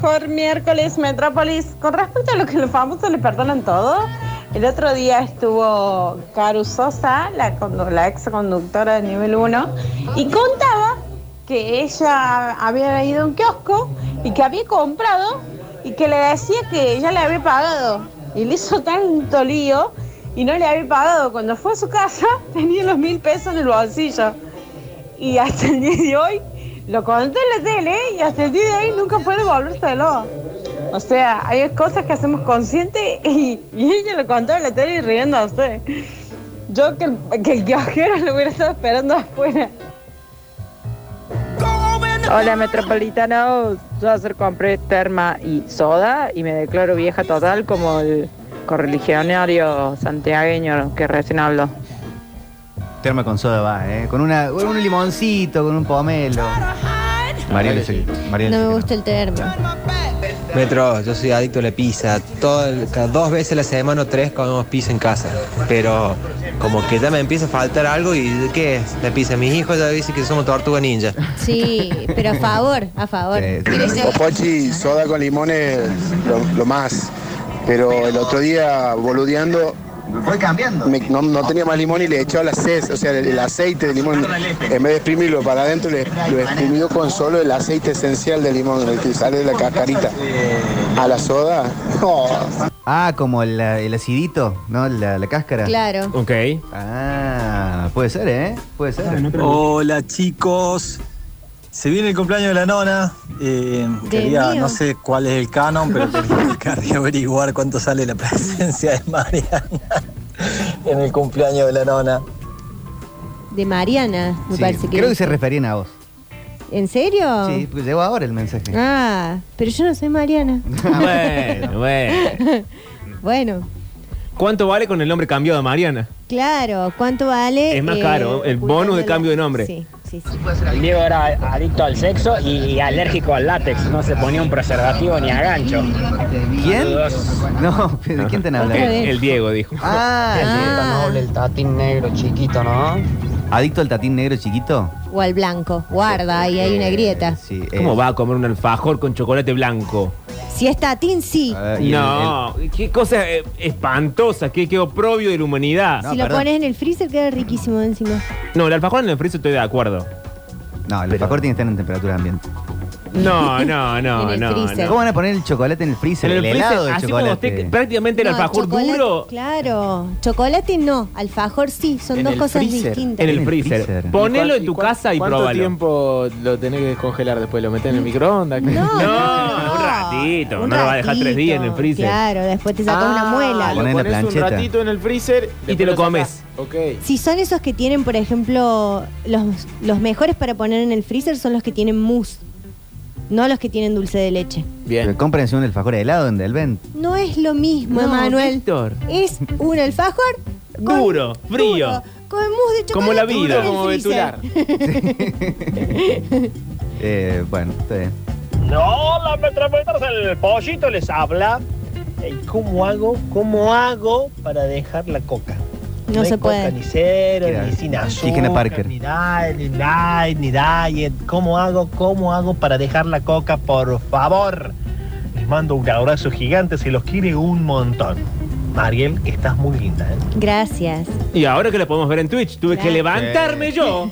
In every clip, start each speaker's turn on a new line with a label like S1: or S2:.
S1: por miércoles Metrópolis. Con respecto a lo que los famosos le perdonan todo, el otro día estuvo Caru Sosa, la, condu- la ex conductora de nivel 1, y contaba que ella había ido a un kiosco y que había comprado y que le decía que ya le había pagado. Y le hizo tanto lío y no le había pagado. Cuando fue a su casa tenía los mil pesos en el bolsillo. Y hasta el día de hoy lo conté en la tele y hasta el día de hoy nunca puede volvérselo. O sea, hay cosas que hacemos consciente y, y ella lo contó en la tele y riendo a usted. Yo que, el- que el kiosquero lo hubiera estado esperando afuera.
S2: Hola metropolitanos, yo ayer compré terma y soda y me declaro vieja total como el correligionario santiagueño que recién habló.
S3: Terma con soda va, ¿eh? Con, una, con un limoncito, con un pomelo.
S4: Mariel es el- Mariel
S5: No
S4: es el
S5: me
S4: que
S5: gusta el termo.
S6: Metro, yo soy adicto a la pizza. Todo el- cada dos veces a la semana o tres comemos pizza en casa. Pero como que ya me empieza a faltar algo y ¿qué es? La pizza. Mis hijos ya dicen que somos tortuga ninja.
S5: Sí, pero a favor, a favor.
S3: Eh,
S7: Pochi, soda con limones, lo, lo más. Pero el otro día, boludeando,
S3: Voy cambiando.
S7: me- no, no tenía más limón y le echó la ces, o sea, el, el aceite de limón. En vez de exprimirlo para adentro, le, lo exprimió con solo el aceite esencial de limón, el que sale de la cascarita. A la soda, no.
S3: Ah, como la- el acidito, ¿no? La, la cáscara.
S5: Claro.
S8: Ok.
S3: Ah, puede ser, ¿eh? Puede ser.
S9: Hola chicos, se viene el cumpleaños de la nona. Eh, quería,
S5: mío.
S9: no sé cuál es el canon, pero quería- quería averiguar cuánto sale la presencia de Mariana en el cumpleaños de la nona.
S5: De Mariana, me
S3: Sí,
S5: parece que.
S3: Creo que se referían a vos.
S5: ¿En serio?
S3: Sí, pues llegó ahora el mensaje.
S5: Ah, pero yo no soy Mariana.
S8: Ah, Bueno, bueno.
S3: Mm.
S5: Bueno,
S8: ¿Cuánto vale con el nombre cambiado de Mariana?
S5: claro, ¿cuánto vale? eh,
S8: Es más caro, el bonus de cambio de nombre.
S5: Sí, sí, sí.
S10: Diego era adicto al sexo y, y alérgico al látex, no se ponía un preservativo ni a gancho.
S3: ¿Quién? No, ¿de quién te han
S5: Otra
S3: hablado?
S5: vez.
S8: El Diego dijo.
S3: Ah,
S5: Ah,
S10: el tatín negro chiquito, ¿no?
S3: ¿adicto al tatín negro chiquito?
S5: o al blanco, guarda, ahí hay una grieta.
S3: Sí. eh,
S8: ¿Cómo va a comer un alfajor con chocolate blanco?
S5: Si es Tatín, sí.
S3: eh, y el-
S8: No, qué cosa eh, espantosa, qué, qué oprobio de la humanidad.
S3: No,
S5: si lo
S3: perdón.
S5: pones en el freezer queda riquísimo encima.
S8: No, el alfajor en el freezer estoy de acuerdo.
S3: el- no, el alfajor tiene que estar en temperatura ambiente.
S8: No, no,
S5: En
S8: no,
S5: el
S8: Ah, no.
S5: freezer.
S3: ¿Cómo van a poner el chocolate en el freezer?
S8: En el
S3: helado
S8: freezer,
S3: de
S8: así como
S3: chocolate.
S8: usted, prácticamente el
S5: No,
S8: alfajor
S5: chocolate,
S8: duro
S5: Claro, chocolate no, alfajor sí, son
S3: En
S5: dos
S3: el
S5: cosas
S3: freezer.
S5: distintas.
S8: en
S3: En
S8: el
S3: el
S8: freezer.
S3: freezer.
S8: Ponelo en tu casa y Mm.
S10: ¿Cuánto
S8: probalo.
S10: tiempo lo tenés que descongelar después? ¿Lo metés en el microondas?
S5: No,
S8: No, un ratito, no lo va a dejar tres días en el freezer.
S5: Claro, después te sacas una
S10: Lo
S5: muela.
S3: Poné en la
S10: ponés un
S3: plancheta.
S10: ratito en el freezer
S8: Ah, Y te lo
S10: después
S8: comes.
S10: sacás. Ok.
S5: Si son esos que tienen, por ejemplo, los, los mejores para poner en el freezer son los que tienen mousse, no los que tienen dulce de leche.
S3: Pero
S10: Bien.
S3: cómprense un alfajor helado en Delvent.
S5: No es lo mismo,
S8: No,
S5: Manuel.
S8: Víctor.
S5: Es un alfajor con-
S8: Duro, frío.
S5: duro, con mousse de chocolate.
S8: Como la vida.
S5: en el
S10: Como
S5: freezer.
S10: Betular.
S3: Eh, bueno, está bien.
S10: No, la metropolitana el pollito les habla.
S9: ¿Cómo hago, cómo hago para dejar la coca?
S5: No se puede.
S9: cero,
S3: Mira, Cristina Parker.
S9: Ni diet, ni diet, ni diet. ¿Cómo hago? ¿Cómo hago para dejar la coca? Por favor. Les mando un abrazo gigante, se los quiere un montón. Mariel, estás muy linda, ¿eh?
S5: Gracias.
S8: Y ahora que lo podemos ver en Twitch, tuve que
S5: Claro.
S8: levantarme yo,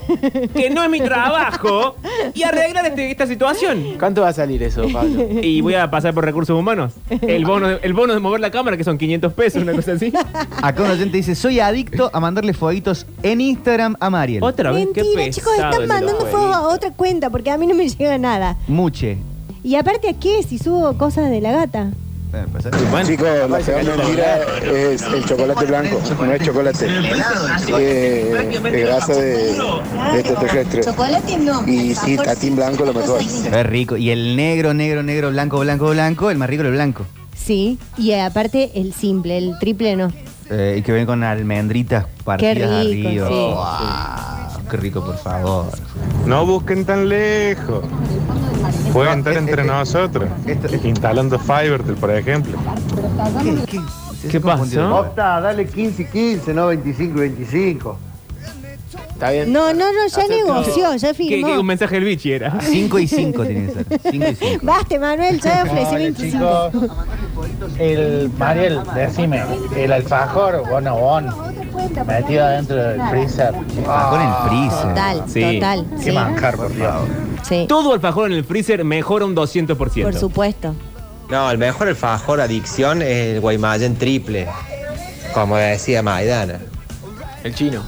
S8: que no es mi trabajo, y arreglar este- esta situación.
S10: ¿Cuánto va a salir eso, Pablo?
S8: Y voy a pasar por recursos humanos. El bono, de- el bono de mover la cámara, que son 500 pesos, una cosa así.
S3: Acá un oyente dice, soy adicto a mandarle fueguitos en Instagram a Mariel.
S8: Otra vez, qué
S5: Mentira, chicos, están
S8: pesado el ¿eh?
S5: mandando
S8: jueguito.
S5: fuego a otra cuenta porque a mí no me llega nada.
S3: Muche.
S5: Y aparte, ¿a qué si subo cosas de la gata?
S3: Eh, pues, eh.
S7: Chicos, la peor mentira es el chocolate blanco, no es chocolate. Eh, es grasa de, de extraterrestre.
S5: Chocolate no.
S7: Y sí, tatín blanco lo mejor.
S3: Es rico. Y el negro, negro, negro, blanco, blanco, blanco, el más rico el blanco.
S5: Sí, y aparte el simple, el triple no.
S3: Eh, y que ven con almendritas partidas
S5: rico,
S3: arriba.
S5: sí.
S3: Guau, Qué rico, por favor.
S4: No busquen tan lejos. Pueden estar
S3: Este,
S4: entre nosotros. Instalando Fivertel, por ejemplo.
S3: ¿Qué, qué,
S8: eh. ¿Qué pasó?
S11: Opta, dale 15 y 15, no 25 y 25.
S7: está bien.
S5: No, no, no, ya
S7: Aceptado.
S5: negoció, ya
S8: Que, que un
S5: firmó.
S8: mensaje del bichi era.
S3: 5 y 5 tiene que ser. 5 y 5.
S5: Basta, Manuel, ya ofrecí
S9: Hola,
S5: 25.
S9: chicos. El Mariel, decime, el alfajor bonobón metido adentro del freezer.
S3: Con el freezer.
S5: Total,
S8: Sí.
S5: total.
S9: Qué
S5: Sí,
S9: manjar, por favor.
S5: sí.
S8: Todo alfajor en el freezer mejora un 200%.
S5: Por supuesto.
S6: No, el mejor alfajor adicción es el Guaymallén triple. Como decía Maidana.
S11: El chino.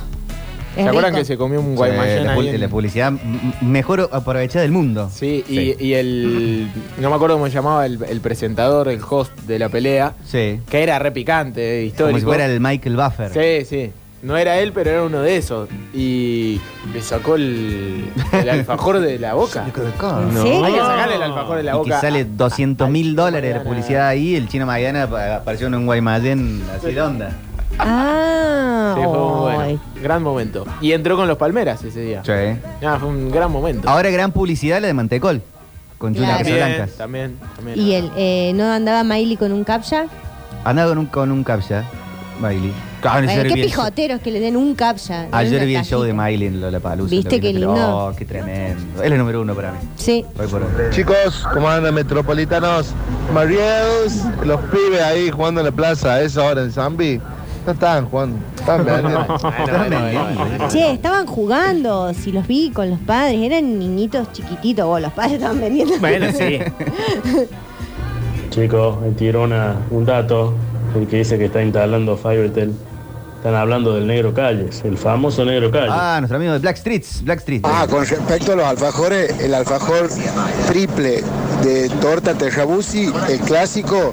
S5: Es
S11: ¿Se acuerdan
S5: rico.
S11: que se comió un
S3: Eh,
S11: Guaymallén
S3: la,
S11: ahí
S3: pul-
S11: en-
S3: la publicidad m- mejor aprovechada del mundo.
S11: Sí, y, y el. No me acuerdo cómo se llamaba el, el presentador, el host de la pelea,
S3: Sí.
S11: que era repicante, histórico.
S3: Como si fuera el Michael Buffer.
S11: Sí, sí. No era él, pero era uno de esos. Y le sacó el, el alfajor de la boca.
S5: ¿En
S3: No.
S11: Hay que
S5: serio?
S11: sacarle el alfajor de la
S3: Y que
S11: boca.
S3: sale 200 mil dólares de
S11: Mariana.
S3: publicidad ahí, el chino Maidana pa- apareció en un Guaymallén así de onda.
S5: Ah,
S11: Sí, fue muy bueno.
S5: ay.
S11: Gran momento. Y entró con los Palmeras ese día.
S3: Sí.
S11: Nada, fue un gran momento.
S3: Ahora gran publicidad la de Mantecol, con Julia
S5: Claro.
S11: también,
S3: Casablancas.
S11: también, también.
S5: ¿Y él eh, no andaba Miley con un captcha?
S3: Andaba con un, con un captcha, Miley. Ah,
S5: Bueno,
S3: ayer
S5: qué
S3: vi el-
S5: pijoteros que le den un captcha. no
S3: Ayer
S5: una
S3: vi el show de
S5: cajita.
S3: Miley en Lollapalooza.
S5: ¿Viste
S3: lo vi en
S5: qué
S3: la tele.
S5: lindo?
S3: Oh, qué tremendo. Él es número uno para mí.
S5: Sí.
S3: Hoy por hoy.
S7: Chicos, ¿cómo andan metropolitanos? Mariels, los pibes ahí jugando en la plaza, a esa hora en Zambi, no estaban jugando, estaban
S11: Bueno, bueno, bueno, bueno.
S5: Che, estaban jugando, si los vi con los padres, eran niñitos chiquititos, vos, los padres estaban vendiendo.
S8: Bueno, sí.
S12: Chicos, me tiró una- un dato, el que dice que está instalando Fivertel. Están hablando del negro Calles, el famoso negro Calles.
S3: Ah, nuestro amigo de Black Streets. Black Streets.
S7: Ah, con respecto a los alfajores, el alfajor triple de torta terrabusi, el clásico,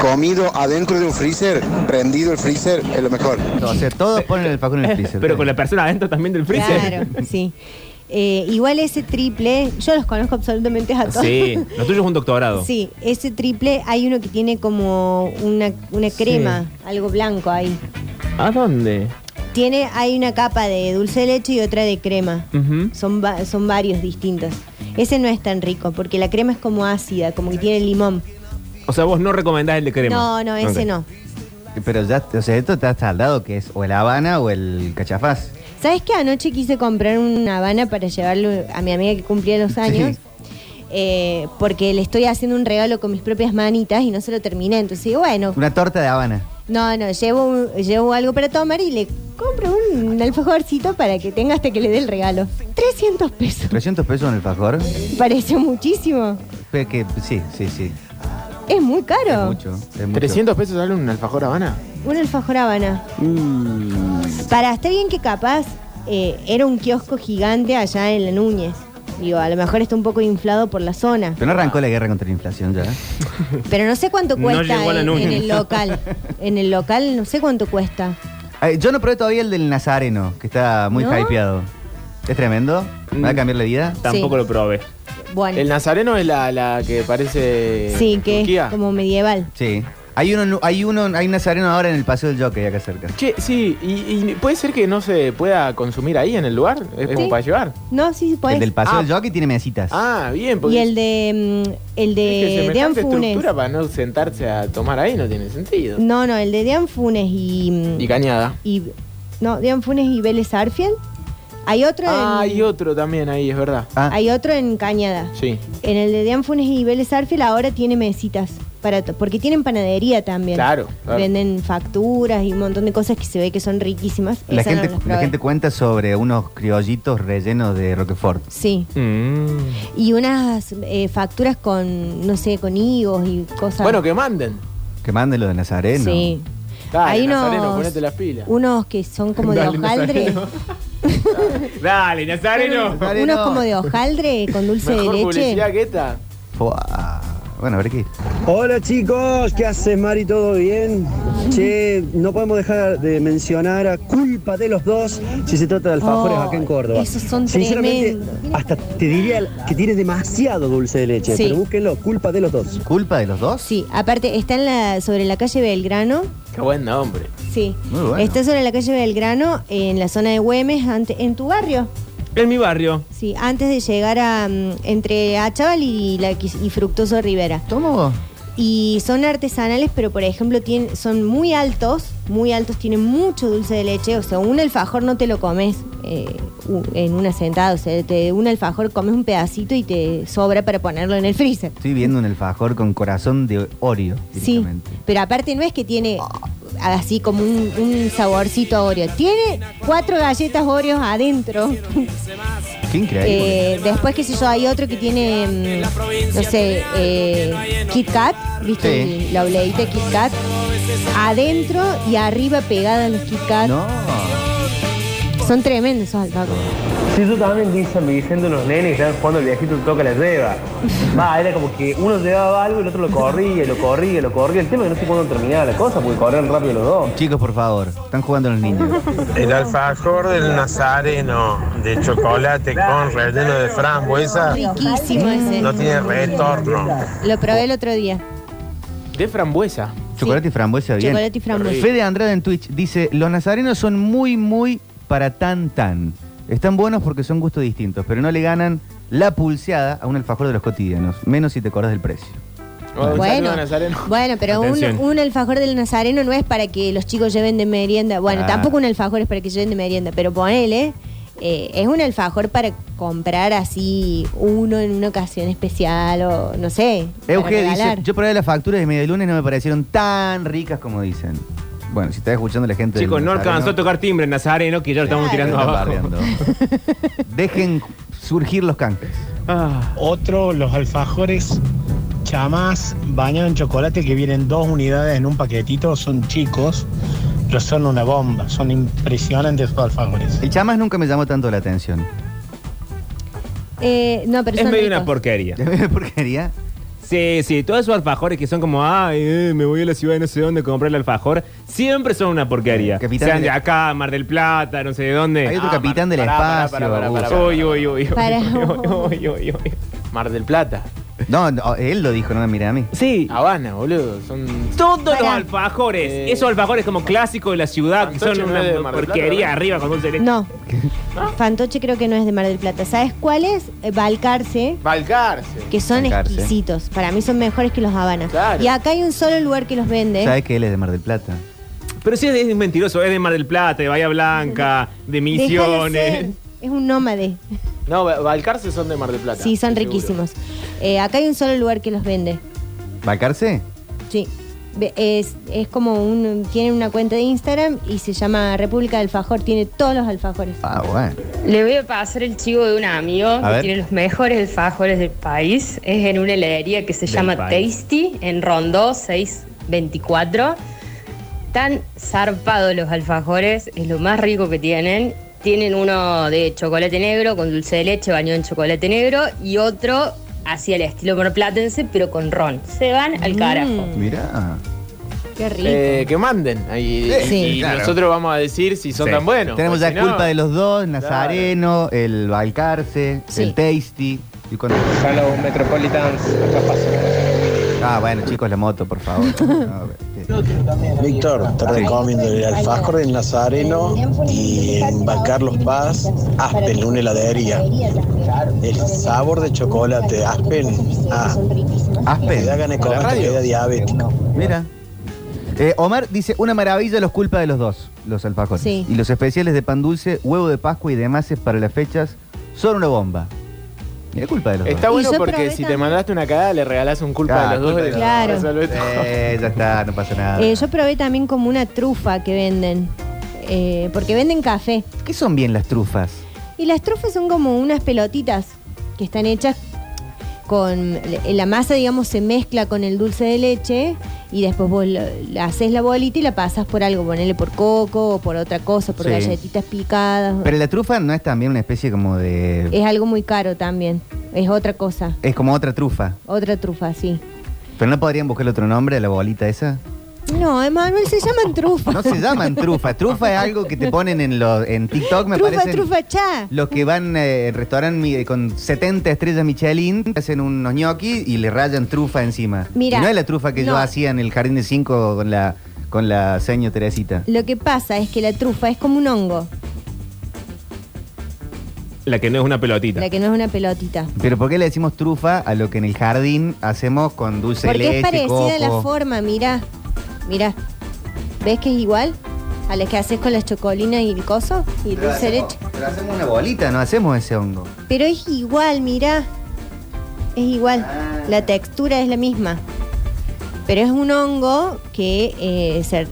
S7: comido adentro de un freezer, prendido el freezer, es lo mejor.
S3: o sea, todos ponen el facón en el freezer.
S8: Pero con la persona adentro también del freezer.
S5: Claro, sí. Eh, igual ese triple, yo los conozco absolutamente a todos.
S8: Sí, lo tuyo es un doctorado.
S5: Sí, ese triple hay uno que tiene como una, una crema, algo blanco ahí.
S8: ¿A dónde?
S5: Tiene, hay una capa de dulce de leche y otra de crema.
S8: Ujú.
S5: Son, va- son varios distintos. Ese no es tan rico, porque la crema es como ácida, como que tiene limón.
S8: O sea, vos no recomendás el de crema.
S5: No, no, ese
S8: Ok.
S5: no.
S3: Pero ya, o sea, esto está saldado que es o el Habana o el Cachafaz.
S5: ¿Sabes que anoche quise comprar una habana para llevarlo a mi amiga que cumplía los años?
S3: Sí.
S5: Eh, porque le estoy haciendo un regalo con mis propias manitas y no se lo terminé. Entonces digo, bueno,
S3: Una torta de Habana.
S5: no, no, llevo, un- llevo algo para tomar y le compro un alfajorcito para que tenga hasta que le dé el regalo. 300 pesos.
S3: 300 pesos en el fajor.
S5: Me Pareció muchísimo.
S3: Fue que- sí, sí, sí.
S5: Es muy
S3: Es
S5: caro.
S3: mucho. Es mucho.
S11: ¿300 pesos sale un alfajor Habana?
S5: Un alfajor habana.
S3: Mm.
S5: Para, está bien que capaz eh, era un kiosco gigante allá en la Núñez. Digo, a lo mejor está un poco inflado por la zona.
S3: Pero no arrancó la guerra contra la inflación ya.
S5: Pero no sé cuánto
S8: No
S5: cuesta
S8: llegó a la
S5: en,
S8: Núñez.
S5: en el local. En el local no sé cuánto cuesta.
S3: Ay, yo no probé todavía el del Nazareno, que está muy
S5: ¿No?
S3: hypeado. Es tremendo. ¿Me va a cambiar la vida?
S8: Tampoco
S5: Sí.
S8: lo probé.
S5: Bueno,
S11: El nazareno es la, la que parece.
S5: sí, que
S11: Turquía.
S5: es como medieval.
S3: Sí. Hay uno, en- hay uno, hay un Nazareno ahora en el Paseo del Jockey acá cerca.
S11: Che, sí, y, y puede ser que no se pueda consumir ahí en el lugar. Es como
S5: Sí.
S11: para llevar.
S5: No, sí, sí,
S3: El
S5: podés.
S3: del Paseo
S11: Ah.
S3: del Jockey tiene mesitas.
S11: Ah, bien, porque.
S5: Y el de. mm, El
S11: es que
S5: de Dean
S11: semejante
S5: Funes.
S11: estructura para no sentarse a tomar ahí no tiene sentido.
S5: No, no, el de Dean Funes y. mm,
S11: Y cañada.
S5: y no, Dean Funes y Vélez Arfield. Hay otro
S11: Ah,
S5: en,
S11: hay otro también ahí, es verdad.
S3: Ah,
S5: hay otro en Cañada.
S11: Sí.
S5: En el de Dean Funes y Vélez Arfield ahora tiene mesitas para to- porque tienen panadería también.
S11: Claro, claro.
S5: Venden facturas y un montón de cosas que se ve que son riquísimas.
S3: la,
S5: Esas no
S3: gente,
S5: las probé.
S3: la gente cuenta sobre unos criollitos rellenos de Roquefort.
S5: Sí,
S8: Mm.
S5: y unas eh, facturas con, no sé, con higos y cosas.
S11: Bueno, que manden.
S3: Que manden lo de Nazareno.
S5: Sí.
S11: Dale,
S5: Hay unos,
S11: Nazareno, ponete las pilas.
S5: unos que son como de
S11: Dale,
S5: hojaldre.
S11: Nazareno.
S8: Dale, Nazareno.
S3: Nazareno.
S5: Unos como de hojaldre con dulce
S11: Mejor
S5: de leche.
S11: publicidad que esta.
S3: Fuá. Bueno, a ver qué.
S12: Hola chicos, ¿qué haces Mari? ¿Todo bien? Che, no podemos dejar de mencionar a culpa de los dos si se trata de alfajores
S5: Oh,
S12: acá en Córdoba.
S5: esos son
S12: Sinceramente,
S5: tremendos.
S12: hasta te diría que tiene demasiado dulce de leche,
S5: Sí.
S12: pero búsquenlo, culpa de los dos.
S3: ¿Culpa de los dos?
S5: Sí, aparte está en la, sobre la calle Belgrano.
S11: Qué buen nombre.
S5: Sí.
S3: Muy bueno.
S5: Está sobre la calle Belgrano, en la zona de Güemes, ante- en tu barrio.
S8: En mi barrio.
S5: Sí, antes de llegar a mm, entre Achaval y, la, y Fructuoso Rivera.
S3: ¿Tomo?
S5: y son artesanales, pero por ejemplo tienen, son muy altos, muy altos, tienen mucho dulce de leche. O sea, un alfajor no te lo comes eh, u- en una sentada. O sea, te, un alfajor comes un pedacito y te sobra para ponerlo en el freezer.
S3: Estoy viendo un alfajor con corazón de Oreo.
S5: Sí, pero aparte no es que tiene así como un, un saborcito Oreo. Tiene cuatro galletas Oreo adentro.
S3: Qué increíble.
S5: Eh, después, qué sé yo, hay otro que tiene, mm, no sé, eh, Kit Kat, ¿viste?
S3: Sí.
S5: El- La obleita de Kit Kat. Adentro y arriba pegadas los Kit Kat. Son tremendos esos alfajores.
S13: Sí, yo también quise San Vicente unos nenes que estaban jugando el viejito toca la lleva. Va, era como que uno llevaba algo y el otro lo corría, lo corría, lo corría. El tema es que no sé cuándo terminaba la cosa porque corrían rápido los dos.
S3: Chicos, por favor, están jugando los niños.
S14: El alfajor del nazareno de chocolate con relleno de
S3: Ah.
S14: frambuesa
S5: Riquísimo ese.
S14: no tiene retorno.
S5: Lo probé el otro día.
S3: De frambuesa. Chocolate y frambuesa, bien.
S5: Chocolate y frambuesa.
S3: Fede Andrade en Twitch dice, los nazarenos son muy, muy para tan, tan. Están buenos porque son gustos distintos, pero no le ganan la pulseada a un alfajor de los cotidianos, menos si te acordás del precio.
S11: Un saludo a
S5: Bueno,
S11: Nazareno.
S5: bueno, pero un,
S3: Atención.
S5: un alfajor del nazareno no es para que los chicos lleven de merienda. Bueno,
S3: Ah.
S5: tampoco un alfajor es para que lleven de merienda, pero ponele, eh, es un alfajor para comprar así uno en una ocasión especial o no sé. para
S3: Euge dice,
S5: regalar.
S3: yo probé las facturas de medio lunes no me parecieron tan ricas como dicen. Bueno, si estás escuchando la gente... del
S8: Chicos, no
S3: Nazareno,
S8: alcanzó a tocar timbre Nazareno, que ya lo estamos tirando
S3: Están
S8: abajo.
S3: bardeando. Dejen surgir los canjes.
S8: Ah,
S15: Otro, los alfajores chamás bañados en chocolate que vienen dos unidades en un paquetito, son chicos, pero son una bomba, son impresionantes esos alfajores.
S3: El chamás nunca me llamó tanto la atención.
S5: Eh, no, pero
S8: Es
S5: son
S8: medio
S5: ricos.
S8: una porquería.
S3: ¿Es medio porquería?
S8: Sí, sí, todos esos alfajores que son como, ay, eh, me voy a la ciudad de no sé dónde a comprar el alfajor, siempre son una porquería.
S3: Mm, Capitán
S8: Sean
S3: de
S8: de
S3: la-
S8: acá, Mar del Plata, no sé de dónde. Ah,
S3: Hay otro capitán del espacio, Augusto.
S8: Uy, uy, uy, uy,
S5: Para-
S8: uy, uy, uy, uy. Mar del Plata.
S3: No, no, él lo dijo, no me miré a mí.
S8: Sí. Habana, boludo. Son. Todos los alfajores, esos alfajores como clásicos de la ciudad, que son
S11: Fantoche no
S8: una
S11: es de Mar del Plata,
S8: porquería
S11: ¿verdad?
S8: arriba con dulce de leche.
S5: No.
S8: ¿Ah?
S5: Fantoche creo que no es de Mar del Plata. ¿Sabes cuál es? Eh, Balcarce.
S11: Balcarce.
S5: Que son
S3: Balcarce.
S5: exquisitos. Para mí son mejores que los Habana.
S8: Claro.
S5: Y acá hay un solo lugar que los vende.
S3: ¿Sabes que él es de Mar del Plata?
S8: Pero sí es, es mentiroso, es de Mar del Plata, de Bahía Blanca, de
S5: Déjalo
S8: Misiones.
S5: ser. Es un nómade.
S11: No, Ba- Balcarce son de Mar del Plata.
S5: Sí, son
S11: seguro.
S5: riquísimos. Eh, acá hay un solo lugar que los vende.
S3: ¿Balcarce?
S5: Sí. Ve- Es, es como un. Tienen una cuenta de Instagram y se llama República del Fajor. Tiene todos los alfajores.
S3: Ah, bueno.
S16: Le voy a pasar el chivo de un amigo
S3: A
S16: que
S3: ver.
S16: tiene los mejores alfajores del país. Es en una heladería que se
S17: Del
S16: llama
S17: país.
S16: Tasty, en Rondó 624. Tan zarpados los alfajores, es lo más rico que tienen. Tienen uno de chocolate negro con dulce de leche bañado en chocolate negro y otro hacia el estilo marplatense pero con ron. Se van al carajo.
S3: Mirá.
S5: Mm, Qué
S11: Eh, que manden. ahí, y-
S3: Sí.
S11: y
S3: Claro.
S11: nosotros vamos a decir si son
S3: Sí.
S11: tan buenos.
S3: Tenemos
S11: Porque
S3: ya
S11: si no-
S3: culpa de los dos, Nazareno, el Balcarce, el Tasty. Y con... Hello, Metropolitans. Ah, bueno, chicos, la moto, por favor. No, este,
S18: Víctor, te recomiendo el alfajor del Nazareno y en Bar Eh, Carlos Paz, Aspen, una heladería. El sabor de chocolate, Aspen, ah,
S3: Aspen.
S18: te da ganas de
S3: Por la
S18: comer, te
S3: radio.
S18: queda diabético.
S3: Mira. Eh, Omar dice, una maravilla los culpa de los dos, los alfajores.
S5: Sí.
S3: Y los especiales de pan dulce, huevo de pascua y demás es para las fechas son una bomba. Mira, culpa de los
S11: Está
S3: dos.
S11: bueno porque si te mandaste una cagada le regalás un culpa
S3: Ah,
S11: de los
S3: culpa de
S11: dos. y
S3: los
S5: Claro.
S3: dos.
S11: resolvés todo.
S3: Eh, ya está, no pasa nada.
S5: Eh, yo probé también como una trufa que venden. Eh, porque venden café.
S3: ¿Qué son bien las trufas?
S5: Y las trufas son como unas pelotitas que están hechas con la masa, digamos, se mezcla con el dulce de leche y después vos lo- la haces la bolita y la pasas por algo, ponele por coco o por otra cosa, por
S3: Sí.
S5: galletitas picadas.
S3: Pero la trufa no es también una especie como de...
S5: Es algo muy caro también, es otra cosa,
S3: Es como otra trufa.
S5: otra trufa, sí.
S3: ¿Pero no podrían buscar otro nombre a la bolita esa?
S5: No, Emanuel, se llaman trufas.
S3: No se llaman trufa. Trufa es algo que te ponen en los en TikTok, me
S5: trufa,
S3: parece.
S5: trufa, cha.
S3: Los que van eh, al restaurante mi- con 70 estrellas Michelin, hacen unos gnocchi y le rayan trufa encima.
S5: Mira,
S3: Y no es la trufa que yo
S5: no.
S3: hacía en el jardín de 5 con la con la seño Teresita.
S5: Lo que pasa es que la trufa es como un hongo.
S8: La que no es una pelotita.
S5: La que no es una pelotita.
S3: Pero ¿por qué le decimos trufa a lo que en el jardín hacemos con dulce de
S5: Porque
S3: leche,
S5: es parecida la
S3: coco?
S5: forma, mira. Mira. ¿Ves que es igual? A la que haces con las chocolinas y el coso y el
S3: Pero
S5: dulce de
S3: hacemos-
S5: leche.
S3: Pero hacemos una bolita, no hacemos ese hongo.
S5: Pero es igual, mira. Es igual. La textura es la misma. Pero es un hongo que eh, se-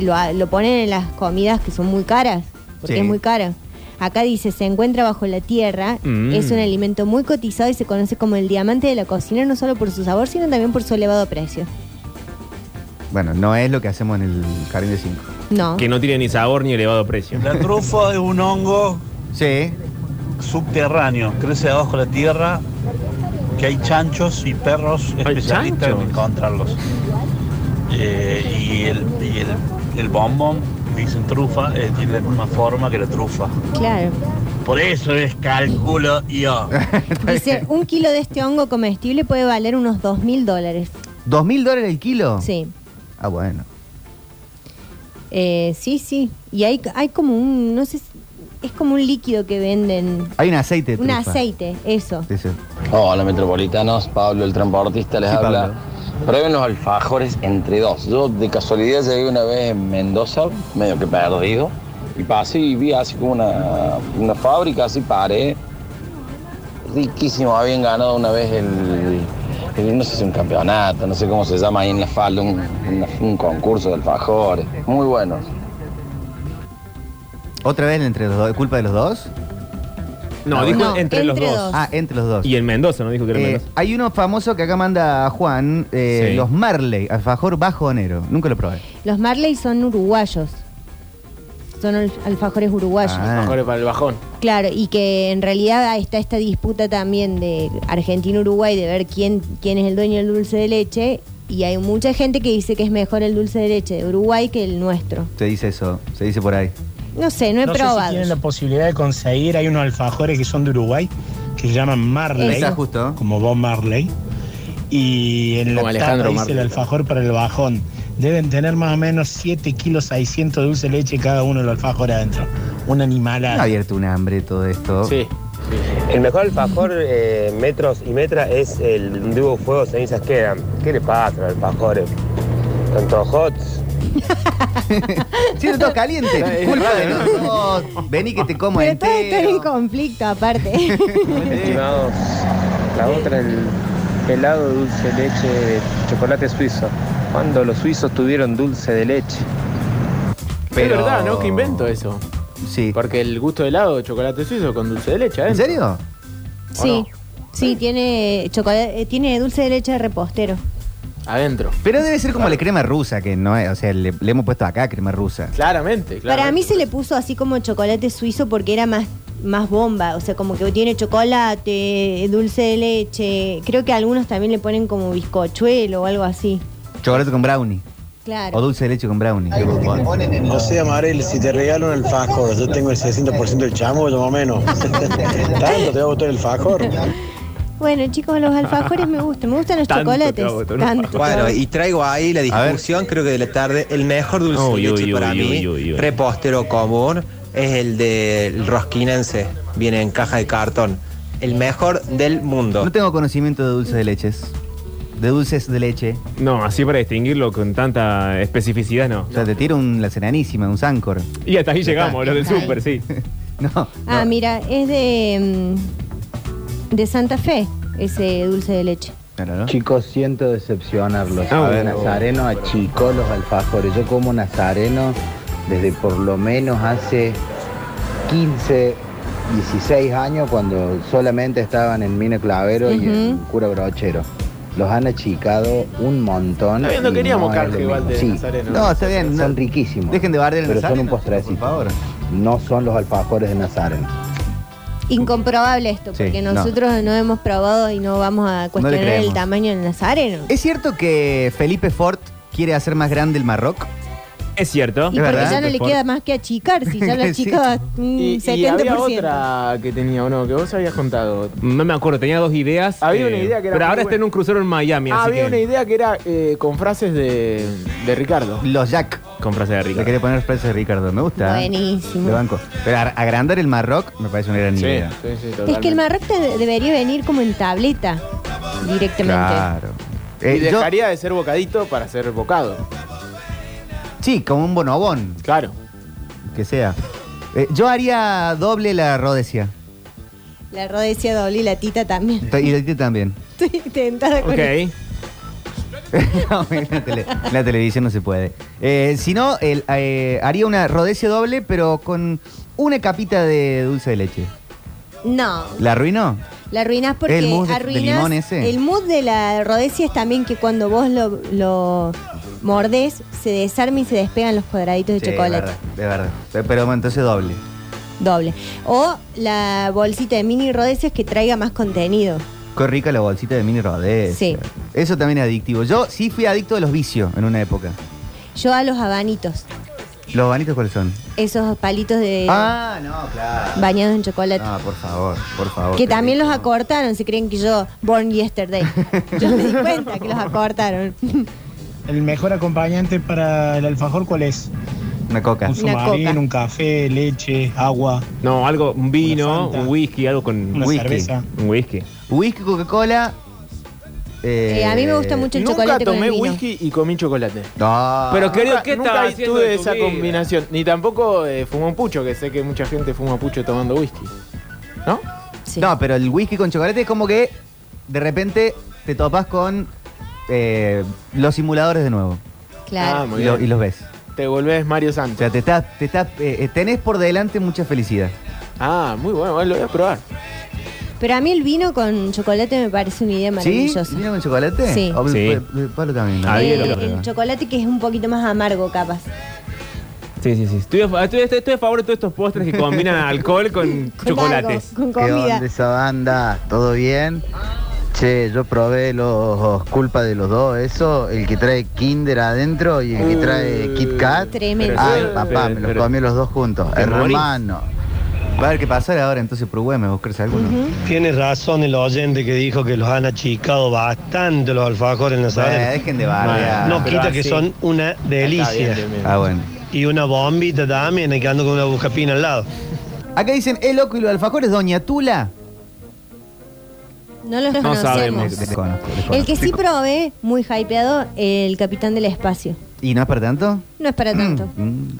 S5: lo, lo ponen en las comidas que son muy caras. Porque
S17: Sí.
S5: es muy cara. Acá dice, se encuentra bajo la tierra,
S17: Mm.
S5: es un alimento muy cotizado y se conoce como el diamante de la cocina, no solo por su sabor, sino también por su elevado precio.
S3: Bueno, no es lo que hacemos en el jardín de cinco.
S5: No.
S8: Que no tiene ni sabor ni elevado precio.
S19: La trufa es un hongo subterráneo, crece abajo de la tierra, que hay chanchos y perros especialistas en
S8: chanchos.
S19: encontrarlos. Eh, y el, y el- el bombón, dicen trufa, eh, tiene la misma forma que la trufa.
S5: Claro.
S19: Por eso es cálculo yo.
S5: Dice, un kilo de este hongo comestible puede valer unos dos mil dólares.
S3: ¿Dos mil dólares el kilo?
S5: Sí.
S3: Ah, bueno.
S5: Eh, sí, sí. Y hay, hay como un, no sé, si- es como un líquido que venden.
S3: Hay un aceite.
S5: Un aceite, eso.
S20: Hola metropolitanos, Pablo el transportista les
S3: Sí,
S20: habla.
S3: Pablo.
S20: Prueben los alfajores entre dos. Yo de casualidad llegué una vez en Mendoza, medio que perdido, y pasé y vi así como una, Ah, una fábrica, así paré. Riquísimo, habían ganado una vez el, el- no sé si un campeonato, no sé cómo se llama ahí en la falda, un, una- un concurso de alfajores. Muy bueno.
S3: ¿Otra vez entre los dos? ¿Culpa de los dos?
S8: No, dijo No, entre los entre dos. dos.
S3: Ah, entre los dos.
S8: Y en Mendoza, ¿no dijo que era en
S3: Eh,
S8: Mendoza?
S3: hay uno famoso que acá manda Juan, eh,
S8: Sí.
S3: los Marley, alfajor bajonero. Nunca lo probé.
S5: Los Marley son uruguayos. Son al- alfajores uruguayos.
S3: Ah,
S11: Alfajores para el bajón.
S5: Claro, y que en realidad está esta disputa también de Argentina-Uruguay de ver quién, quién es el dueño del dulce de leche. Y hay mucha gente que dice que es mejor el dulce de leche de Uruguay que el nuestro.
S3: Se dice eso, se dice por ahí.
S5: No sé, no he
S15: no Sé si
S5: probado.
S15: tienen la posibilidad de conseguir, hay unos alfajores que son de Uruguay, que se llaman Marley,
S3: Está justo.
S15: como Bob Marley, y en
S11: Como
S15: la tapa
S11: Alejandro
S15: dice
S11: Marley.
S15: el alfajor para el bajón. Deben tener más o menos 7 kilos 600 de dulce de leche cada uno de los alfajores adentro. Un animalada.
S3: Ha abierto un hambre todo esto.
S11: Sí.
S21: El mejor alfajor eh, metros y metras es el de hubo fuego, cenizas quedan. ¿Qué le pasa a los alfajores? Tanto hots.
S3: Siento todo caliente. Culpa de los dos. Vení que te como
S5: Pero todos están en
S3: entero.
S5: conflicto aparte.
S22: Estimados, la otra, el helado dulce de leche de chocolate suizo. Cuando los suizos tuvieron dulce de leche.
S11: Es verdad, ¿no? Que invento eso.
S3: Sí.
S11: Porque el gusto de helado de chocolate suizo con dulce de leche, ¿En
S3: serio?
S5: sí, sí, tiene, chocolate, eh, tiene dulce de leche de repostero.
S11: Adentro.
S3: Pero debe ser como la crema rusa, que no es, o sea, le, le hemos puesto acá crema rusa.
S11: Claramente,
S5: Para mí se le puso así como chocolate suizo porque era más, más bomba. O sea, como que tiene chocolate, dulce de leche. Creo que algunos también le ponen como bizcochuelo o algo así.
S3: Chocolate con brownie.
S5: Claro.
S3: O dulce de leche con brownie.
S18: O sea, Marel, si te regalo un alfajor, yo tengo el 60% del chamo, yo más o menos. ¿Tanto te va a gustar el alfajor?
S5: Bueno, chicos, los alfajores me gustan. Me gustan los chocolates. Tanto.
S6: Bueno, y traigo ahí la discusión, creo que de la tarde, el mejor dulce
S8: Uy,
S6: de leche
S8: uy,
S6: para
S8: uy,
S6: mí,
S8: uy, uy, uy.
S6: repostero común, es el del rosquinense. Viene en caja de cartón. El mejor del mundo.
S3: No tengo conocimiento de dulces de leches. De dulces de leche.
S8: No, así para distinguirlo con tanta especificidad, no.
S3: O sea, te tiro un, la senanísima, un Sancor.
S8: Y hasta ahí llegamos, los del
S5: Hasta ahí.
S8: súper, sí.
S3: no.
S5: Ah, mira, es de, mm, de Santa Fe ese dulce de leche.
S23: Chicos, siento decepcionarlos.
S5: Ah,
S23: A ver,
S5: bueno.
S23: Nazareno achicó los alfajores. Yo como Nazareno desde por lo menos hace 15, 16 años cuando solamente estaban en Mina Clavero y en Cura Brochero. Los han achicado un montón.
S11: Está bien, no
S23: y
S11: queríamos
S23: es lo
S11: canje igual
S23: mismo.
S11: de
S23: Sí.
S11: Nazareno.
S23: No,
S3: está bien.
S23: Son riquísimos.
S3: Dejen de bardear a
S23: Pero son un
S3: Nazareno,
S23: postrecito. No son los alfajores de Nazareno.
S5: Incomprobable esto,
S23: Sí,
S5: porque
S23: no.
S5: nosotros no. hemos probado y no vamos a cuestionar el
S3: creemos.
S5: tamaño del nazareno.
S3: ¿Es cierto que Felipe Ford quiere hacer más grande el Marroc?
S8: Es cierto.
S5: Y porque ya no le queda más que achicar, si ya mm, lo achica un
S11: Y, y
S5: 70%.
S11: había otra que tenía uno que vos habías contado.
S8: No me acuerdo, tenía dos ideas. eh,
S11: Había una idea que era
S8: Pero
S11: muy
S8: ahora está
S11: buena.
S8: en un crucero en Miami,
S11: Ah,
S8: así
S11: había
S8: que-
S11: una idea que era eh, con frases de, de Ricardo.
S3: Los Jack.
S8: con frase de Ricardo.
S3: Le quería poner frase de Ricardo, me gusta. ¿eh?
S5: Buenísimo.
S3: De banco. Pero a- agrandar el Marroc me parece una gran
S11: Sí,
S3: idea.
S11: sí, sí,
S5: Es que el
S11: totalmente.
S5: Marroc te- debería venir como en tableta directamente.
S3: Claro.
S11: y
S3: Eh, yo-
S11: dejaría de ser bocadito para ser bocado.
S3: sí, como un bonobón,
S11: Claro.
S3: que sea. Eh, yo haría doble la rodesia.
S5: La rodecia doble y la tita también.
S3: Ta- Y de ti también.
S5: Estoy tentada con eso.
S3: No, la, tele- la televisión no se puede. Eh, si no, el, eh, haría una rodesia doble, pero con una capita de dulce de leche.
S5: No,
S3: ¿La arruinó?
S5: la arruinás porque
S3: El mousse de- de
S5: arruinás-
S3: limón ese.
S5: El mood de la rodecia es también que cuando vos lo, lo mordés, se desarma y se despegan los cuadraditos de
S3: Sí, De
S5: chocolate.
S3: verdad, de verdad. Pe- Pero bueno, entonces doble.
S5: Doble. O la bolsita de mini rodecias que traiga más contenido.
S3: Qué rica la bolsita de mini rodesia.
S5: Sí.
S3: Eso también es adictivo. Yo sí fui adicto de los vicios en una época.
S5: Yo a los habanitos,
S3: ¿Los banitos cuáles son?
S5: esos palitos de
S3: Ah, no, claro.
S5: bañados en chocolate.
S3: Ah, por favor, por favor.
S5: que también los acortaron, se creen que yo, Born Yesterday. Yo me di cuenta que los acortaron.
S15: ¿El mejor acompañante para el alfajor cuál es?
S3: Una coca.
S15: Un
S5: Una
S15: submarín,
S5: coca.
S15: un café, leche, agua.
S8: No, algo, un vino,
S15: Fanta.
S8: un whisky, algo con
S15: Una
S8: whisky.
S15: cerveza.
S8: Un whisky.
S3: Whisky, Coca-Cola. eh,
S5: Eh, a mí me gusta mucho el
S11: Nunca
S5: chocolate con
S11: tomé
S5: el vino.
S11: whisky y comí chocolate.
S3: No.
S11: Pero creo
S8: Nunca-
S11: que
S8: nunca
S11: nunca
S8: haciendo
S11: estuve
S8: de tu
S11: esa
S8: vida.
S11: combinación. Ni tampoco eh, fumé un pucho, que sé que mucha gente fuma pucho tomando whisky. ¿No?
S3: No, pero el whisky con chocolate es como que de repente te topas con eh, los simuladores de nuevo.
S11: Claro. Ah, muy
S3: y, lo-
S11: bien.
S3: y los ves.
S11: Te volvés Mario
S3: O
S11: Santos.
S3: sea, te estás, te estás, eh, eh, tenés por delante mucha felicidad.
S11: Ah, muy bueno, bueno, lo voy a probar.
S5: Pero a mí el vino con chocolate me parece una idea
S3: ¿Sí?
S5: maravillosa.
S3: ¿Vino con chocolate? Ah,
S5: Sí.
S3: O-
S8: Sí.
S3: pa- pa- pues, Pablo también. ¿no?
S5: Eh, el chocolate que es un poquito más amargo, capaz.
S8: Sí, sí, sí. Estoy a, fa- estoy- estoy- estoy a favor de todos estos postres que combinan alcohol con, chocolates.
S5: algo, con
S23: ¿Qué
S5: comida.
S23: onda esa banda? ¿Todo bien? Che, yo probé los culpa de los dos, eso, el que trae Kinder adentro y el
S3: Uh,
S23: que trae Kit Kat.
S5: Tremendo.
S23: Ay,
S5: Pero-
S23: papá, me los comí los dos juntos.
S3: ¿Te morís?
S23: Hermano.
S3: Va a haber que pasar ahora, entonces probemos, vos crees alguno.
S12: Tiene razón el oyente que dijo que los han achicado bastante los alfajores en la
S3: Bueno, dejen de bardear.
S12: No
S23: pero
S6: Ah,
S12: quita que
S23: así.
S12: son una
S23: Está bien,
S12: delicia.
S23: bien, bien. Ah, bueno.
S12: Y una bombita también, que ando con una buscapina al lado.
S3: Acá dicen, el loco y los alfajores, Doña Tula.
S5: No los conocemos.
S3: Desconozco, desconozco.
S5: El que sí probé, muy hypeado, el capitán del espacio.
S3: ¿Y no es para tanto?
S5: No es para
S3: Mm.
S5: tanto.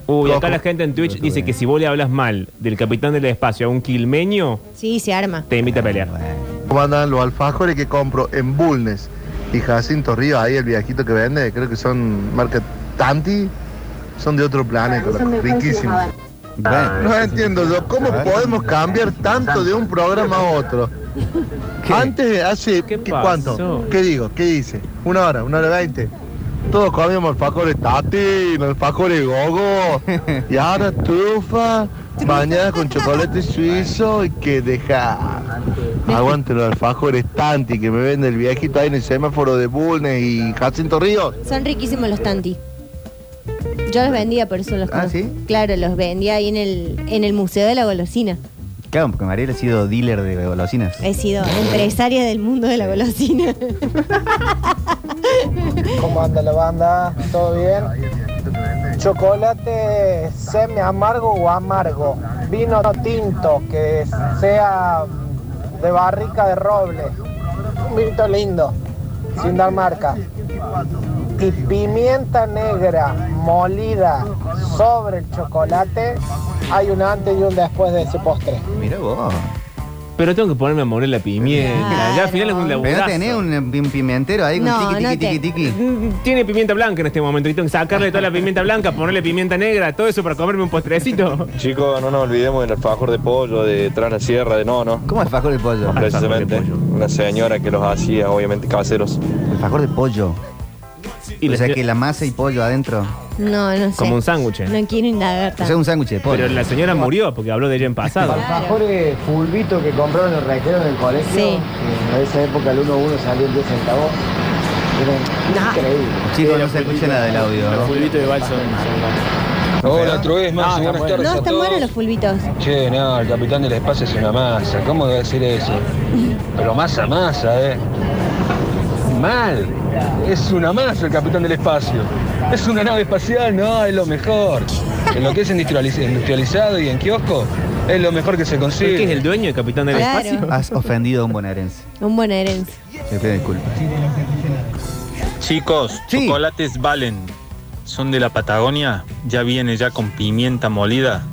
S8: Uy, acá la gente en Twitch dice que si vos le hablas mal del capitán del espacio a un quilmeño,
S5: Sí, se arma.
S8: te invita a pelear.
S3: Ah,
S1: eh, ¿Cómo andan los alfajores que compro en Bulnes y Jacinto Río, ahí el viejito que vende, creo que son marca Tanti, son de otro planeta, Ah, riquísimos. No entiendo yo, ¿cómo podemos cambiar tanto de un programa a otro? Antes, hace, ¿qué, ¿cuánto? ¿Qué digo? ¿Qué dice? Una hora, una hora veinte. Todos comíamos alfajores Tati, alfajores Gogo, y ahora trufa, bañada con chocolate suizo y que deja. Aguante los alfajores Tanti que me vende el viejito ahí en el semáforo de Bulnes y Jacinto Ríos.
S5: Son riquísimos los tanti. Yo los vendía, por eso los
S3: Ah,
S5: conozco.
S3: ¿sí?
S5: Claro, los vendía ahí en el, en el Museo de la Golosina.
S3: Claro, porque Mariela ha sido dealer de golosinas.
S5: He sido empresaria del mundo de la golosina.
S2: ¿Cómo anda la banda? ¿Todo bien? Chocolate semi amargo o amargo. Vino tinto que sea mm, de barrica de roble. Un vinito lindo, sin dar marca. Y pimienta negra molida sobre el chocolate. Hay un antes y un después de ese postre.
S3: Mira vos.
S8: Pero tengo que ponerme a morir la pimienta. Ya al final es un
S3: Pero no
S8: laburazo.
S3: tenés un, un pimentero ahí con
S5: No,
S3: tiqui, tiqui,
S5: no
S3: tiqui,
S5: tengo.
S3: tiqui.
S8: Tiene pimienta blanca en este momento. y Tengo que sacarle toda la pimienta blanca, ponerle pimienta negra, todo eso para comerme un postrecito.
S17: Chicos, no nos olvidemos del alfajor de pollo de Trana Sierra de Nono.
S12: Ah,
S3: ¿Cómo alfajor de pollo?
S17: Precisamente, una señora que los hacía, obviamente caseros.
S3: Alfajor de pollo. o sea que la masa y pollo adentro.
S5: No, no sé.
S8: Como un sándwich.
S5: No quiero indagar
S3: O sea,
S5: tanto.
S3: un sándwich de pollo.
S8: Pero la señora murió porque habló de ella en pasado.
S23: Alfajores fulbito que compraron los reiteros del colegio.
S5: Sí.
S23: que En esa época el 1-1 salió en 10 centavos. Era increíble.
S3: Chicos, no se escucha nada del audio.
S11: Los fulbitos de Balson.
S24: Hola,
S12: Ah,
S24: Truesman, buenas tardes
S5: No,
S24: a
S5: están
S24: todos.
S5: buenos los fulbitos.
S24: Che, no, el capitán del espacio es una masa, ¿cómo voy a decir eso? Pero masa, masa, ¿eh? mal. Es una masa el capitán del espacio. Es una nave espacial, no, es lo mejor. En lo que es industrializ- industrializado y en kiosco, es lo mejor que se consigue.
S8: ¿Qué es el dueño, el capitán del
S5: Claro.
S8: espacio?
S3: Has ofendido a un bonaerense.
S5: Un bonaerense.
S3: Te pido disculpas.
S4: Chicos, chocolates Valen. Son de la Patagonia. Ya viene ya con pimienta molida.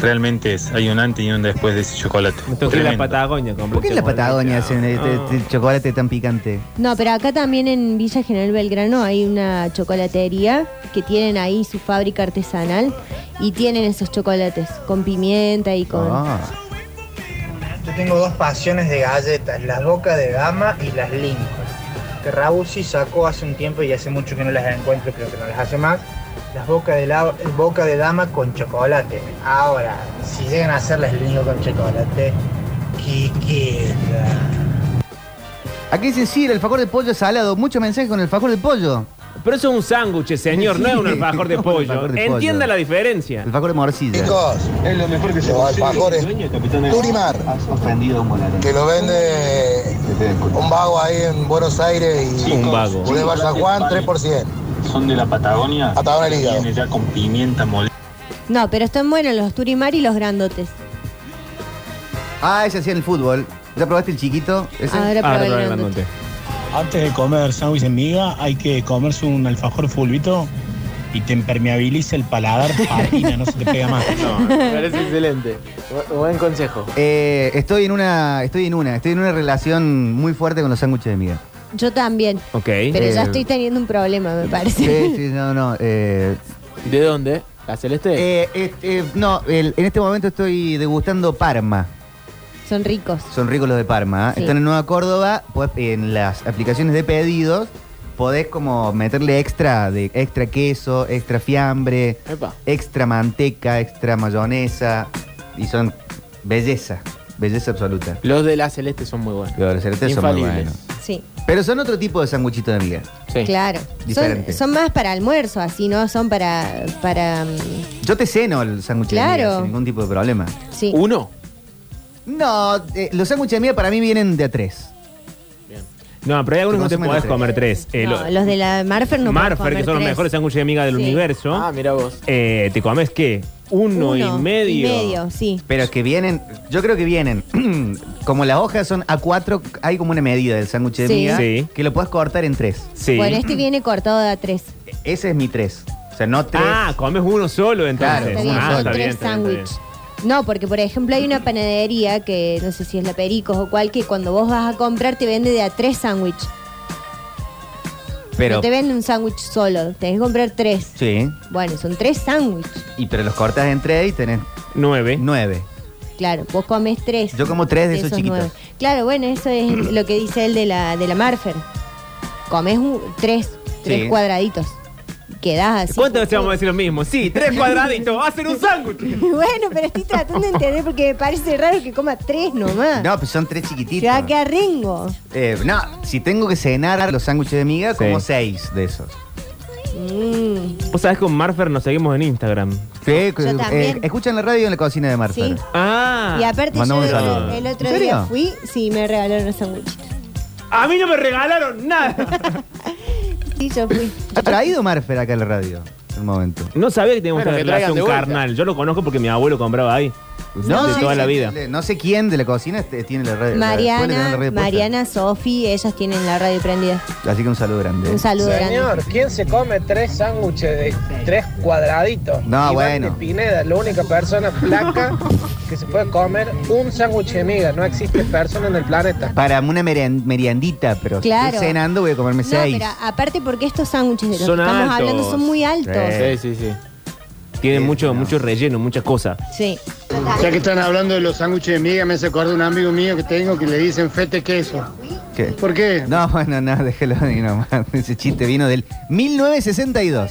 S4: Realmente es. Hay un antes y un después de ese chocolate.
S8: Toqué la
S4: Tremendo.
S8: Patagonia.
S3: ¿Por qué en la Patagonia hacen este,
S8: Ah.
S3: este chocolate tan picante?
S5: No, pero acá también en Villa General Belgrano hay una chocolatería que tienen ahí su fábrica artesanal y tienen esos chocolates con pimienta y con...
S23: Ah.
S3: Ah.
S7: Yo tengo dos pasiones de galletas, las Boca de Dama y las Lincoln. Que Rabusi sacó hace un tiempo y hace mucho que no las encuentro, creo que no las hace más. Las Boca de, la- Boca de Dama con chocolate. Ahora, si llegan a hacer las Lincoln con chocolate, ¿qué queda?
S3: Aquí dicen, sí, el alfajor de pollo salado. Mucho mensaje con el alfajor de pollo.
S8: Pero eso es un sándwich, señor, no es un alfajor de
S3: No,
S8: pollo.
S3: alfajor de
S8: Entienda
S3: pollo.
S8: la diferencia.
S3: Alfajor de morcilla.
S24: es lo mejor que se
S3: Los
S24: consigue.
S3: alfajores.
S7: Turimar. Que lo vende un vago ahí en Buenos Aires y
S4: Un vago.
S7: Boulevard San Juan, 3%.
S4: Son de la Patagonia.
S7: Patagonia
S4: Ya
S7: ligado.
S4: Viene ya con pimienta molida.
S5: No, pero están buenos los turimar y los grandotes.
S3: Ah, ese hacía en el fútbol. ¿Ya probaste el chiquito? ¿Ese?
S8: Ah,
S5: Ah, Ahora probé el grandote.
S15: Antes de comer sándwich en miga, hay que comerse un alfajor fulvito y te impermeabiliza el paladar a harina, no se te pega más.
S11: No, me parece excelente. Bu- Buen consejo.
S3: Eh, estoy en una, estoy en una, estoy en una relación muy fuerte con los sándwiches de miga.
S5: Yo también.
S3: Ok.
S5: Pero
S23: Eh.
S5: ya estoy teniendo un problema, me parece.
S3: Sí, sí, no, no. eh,
S11: ¿De dónde? ¿La celeste?
S7: Eh,
S3: no, el- en este momento estoy degustando Parma.
S5: Son ricos.
S3: Son ricos los de Parma. ¿eh?
S5: Sí.
S3: Están en Nueva Córdoba. Pues en las aplicaciones de pedidos podés como meterle extra de extra queso, extra fiambre,
S11: Epa.
S3: extra manteca, extra mayonesa. Y son belleza, belleza absoluta.
S11: Los de la celeste son muy buenos.
S3: Los ceretes son muy
S11: Infalibles.
S3: buenos.
S5: Sí,
S3: Pero son otro tipo de sanguchito de miga.
S5: claro. Son,
S3: Diferente.
S5: son más para almuerzo, así, ¿no? Son para... para mm,
S3: Yo te ceno el sándwich de
S5: Claro.
S3: miga sin ningún tipo de problema.
S5: sí.
S11: ¿Uno?
S3: No, eh, los sándwiches de miga para mí vienen de a tres.
S8: No, pero hay algunos que no
S3: Consumen
S8: te podés
S3: tres.
S8: comer tres. Eh,
S5: No,
S8: lo-
S5: los de la Marfer no pueden
S8: Marfer, que
S5: comer
S8: son los
S5: tres.
S8: mejores sándwiches de miga del
S5: Sí.
S8: universo.
S11: Ah, mira vos.
S8: Eh, ¿Te comes qué? Uno, y medio.
S5: Y medio, sí.
S3: Pero que vienen, yo creo que vienen, como las hojas son A4, hay como una medida del sándwich de
S5: Sí.
S3: miga
S5: Sí.
S3: que lo puedes cortar en tres.
S5: Bueno, este viene cortado de a tres.
S3: Ese es mi tres. O sea, no tres.
S8: Ah, comes uno solo entonces.
S3: Claro, uno
S8: ah,
S3: solo.
S8: está bien,
S5: Este Tres
S8: está bien, está bien.
S5: sándwich. No, porque por ejemplo hay una panadería que no sé si es la Pericos o cual, que cuando vos vas a comprar te vende de a tres sándwich.
S3: Pero,
S5: No te vende un sándwich solo, tenés que comprar tres.
S3: sí,
S5: Bueno, son tres sándwich,
S3: y, pero los cortas en tres y tenés...
S8: Nueve.
S3: Nueve.
S5: claro. Vos comes tres.
S3: Yo como tres de esos chiquitos.
S5: nueve. Claro, bueno, eso es lo que dice él de la, de la Marfer. Comes un- tres, tres
S8: Sí.
S5: cuadraditos. Quedás así.
S8: ¿Cuántas veces vamos a decir lo mismo? Sí, tres cuadraditos, va a ser un sándwich.
S5: bueno, pero estoy tratando de entender porque me parece raro que coma tres nomás.
S3: No, pues son tres
S5: Se va
S3: chiquititos.
S5: a quedar Ringo.
S3: Eh, no, si tengo que cenar los sándwiches de miga, como seis de esos.
S5: Mm.
S8: Vos sabés que con Marfer nos seguimos en Instagram.
S3: Sí, eh,
S5: Yo también.
S3: escuchan la radio en la cocina de Marta.
S5: Sí.
S8: Ah.
S5: Y aparte yo
S3: Mandamos un
S5: el,
S3: saludo.
S5: el otro
S3: ¿En serio?
S5: día fui, sí, me regalaron los sándwiches.
S8: A mí no me regalaron nada.
S5: Sí, yo fui.
S3: ¿Ha traído Marfer acá a la radio? En un momento.
S8: No sabía que teníamos
S3: Bueno,
S8: una
S3: que traigan
S8: relación
S3: de vuelta.
S8: carnal. Yo lo conozco porque mi abuelo compraba ahí. de
S3: sí,
S8: toda
S3: sí,
S8: la vida.
S3: le- No sé quién de la cocina este- tiene la radio. la- suele tener la
S5: Mariana,
S3: radio puesta.
S5: Mariana, Sofi, ellas tienen la radio prendida.
S3: Así que un saludo grande.
S5: Un saludo
S2: Señor, ¿quién se come tres sándwiches de tres cuadraditos?
S3: No,
S2: Iván
S3: bueno.
S2: de Pineda, la única persona flaca que se puede comer un sándwich de miga. No existe persona en el planeta.
S3: Para una meren- meriandita, pero si
S5: Claro.
S3: estoy cenando voy a comerme
S5: No,
S3: seis.
S5: pero aparte porque estos sándwiches de los
S8: Son
S5: que estamos
S8: altos.
S5: hablando son muy altos.
S8: Sí, sí, sí. Tienen mucho, mucho relleno, muchas cosas.
S5: Sí.
S9: Ya que están hablando de los sándwiches de miga, me hace acordar un amigo mío que tengo que le dicen fete queso.
S3: ¿Qué? ¿Por qué? No, bueno, no, déjelo ahí nomás. Ese chiste vino del 1962.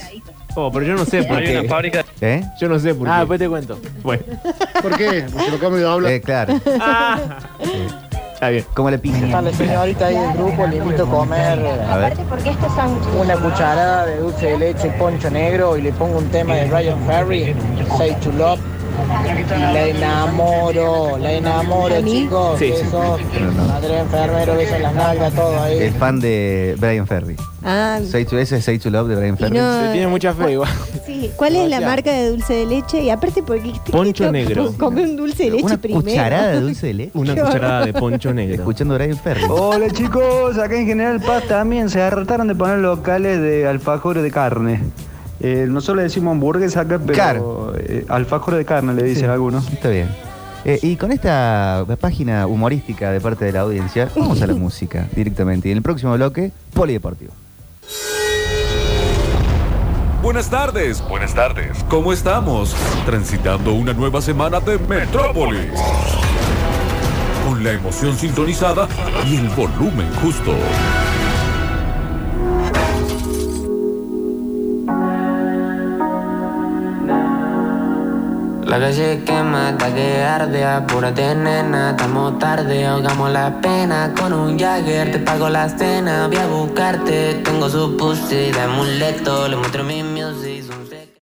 S8: Oh, pero yo no sé por
S3: Hay
S8: qué.
S3: una ¿Eh?
S8: Yo no sé por
S11: Ah,
S8: qué.
S11: después te cuento.
S8: Bueno.
S9: ¿Por qué? Porque lo come y habla.
S3: Eh, claro.
S8: Está bien.
S3: Como le pide.
S9: A la señorita ahí del grupo le invito a comer
S3: A ver.
S5: porque estos sándwiches.
S9: una cucharada de dulce de leche y poncho negro y le pongo un tema de Ryan Ferry, Say to Love,
S25: La enamoro, la enamoro, chicos.
S3: Sí, sí.
S25: Besos.
S3: No, no.
S25: Madre enfermero, besos en las nalgas, todo ahí.
S3: El fan de Brian Ferry.
S5: Ah,
S3: Say to S, Say to Love de Brian Ferry.
S5: no- Se tiene
S3: mucha fe igual.
S5: sí. ¿Cuál es la
S3: claro.
S5: marca de dulce de leche? Y aparte, porque
S3: Poncho negro.
S5: Come un dulce de leche
S3: Una
S5: primero.
S3: cucharada de dulce de leche.
S26: Una
S5: Qué
S26: cucharada de poncho negro.
S3: Escuchando a Brian Ferry.
S27: Hola chicos, acá en General Paz también se hartaron de poner locales de alfajores de carne. Eh, nosotros le decimos hamburguesa acá, pero eh, alfajor de carne le dicen algunos.
S3: Está bien. Eh, y con esta página humorística de parte de la audiencia, vamos a la música directamente. Y en el próximo bloque, Polideportivo.
S8: Buenas tardes. Buenas tardes. ¿Cómo estamos? Transitando una nueva semana de Metrópolis. Con la emoción sintonizada y el volumen justo.
S16: La calle quema hasta que arde, apúrate nena, estamos tarde, ahogamos la pena con un Jagger, te pago la cena, voy a buscarte, tengo su pussy de amuleto, le muestro mi music, son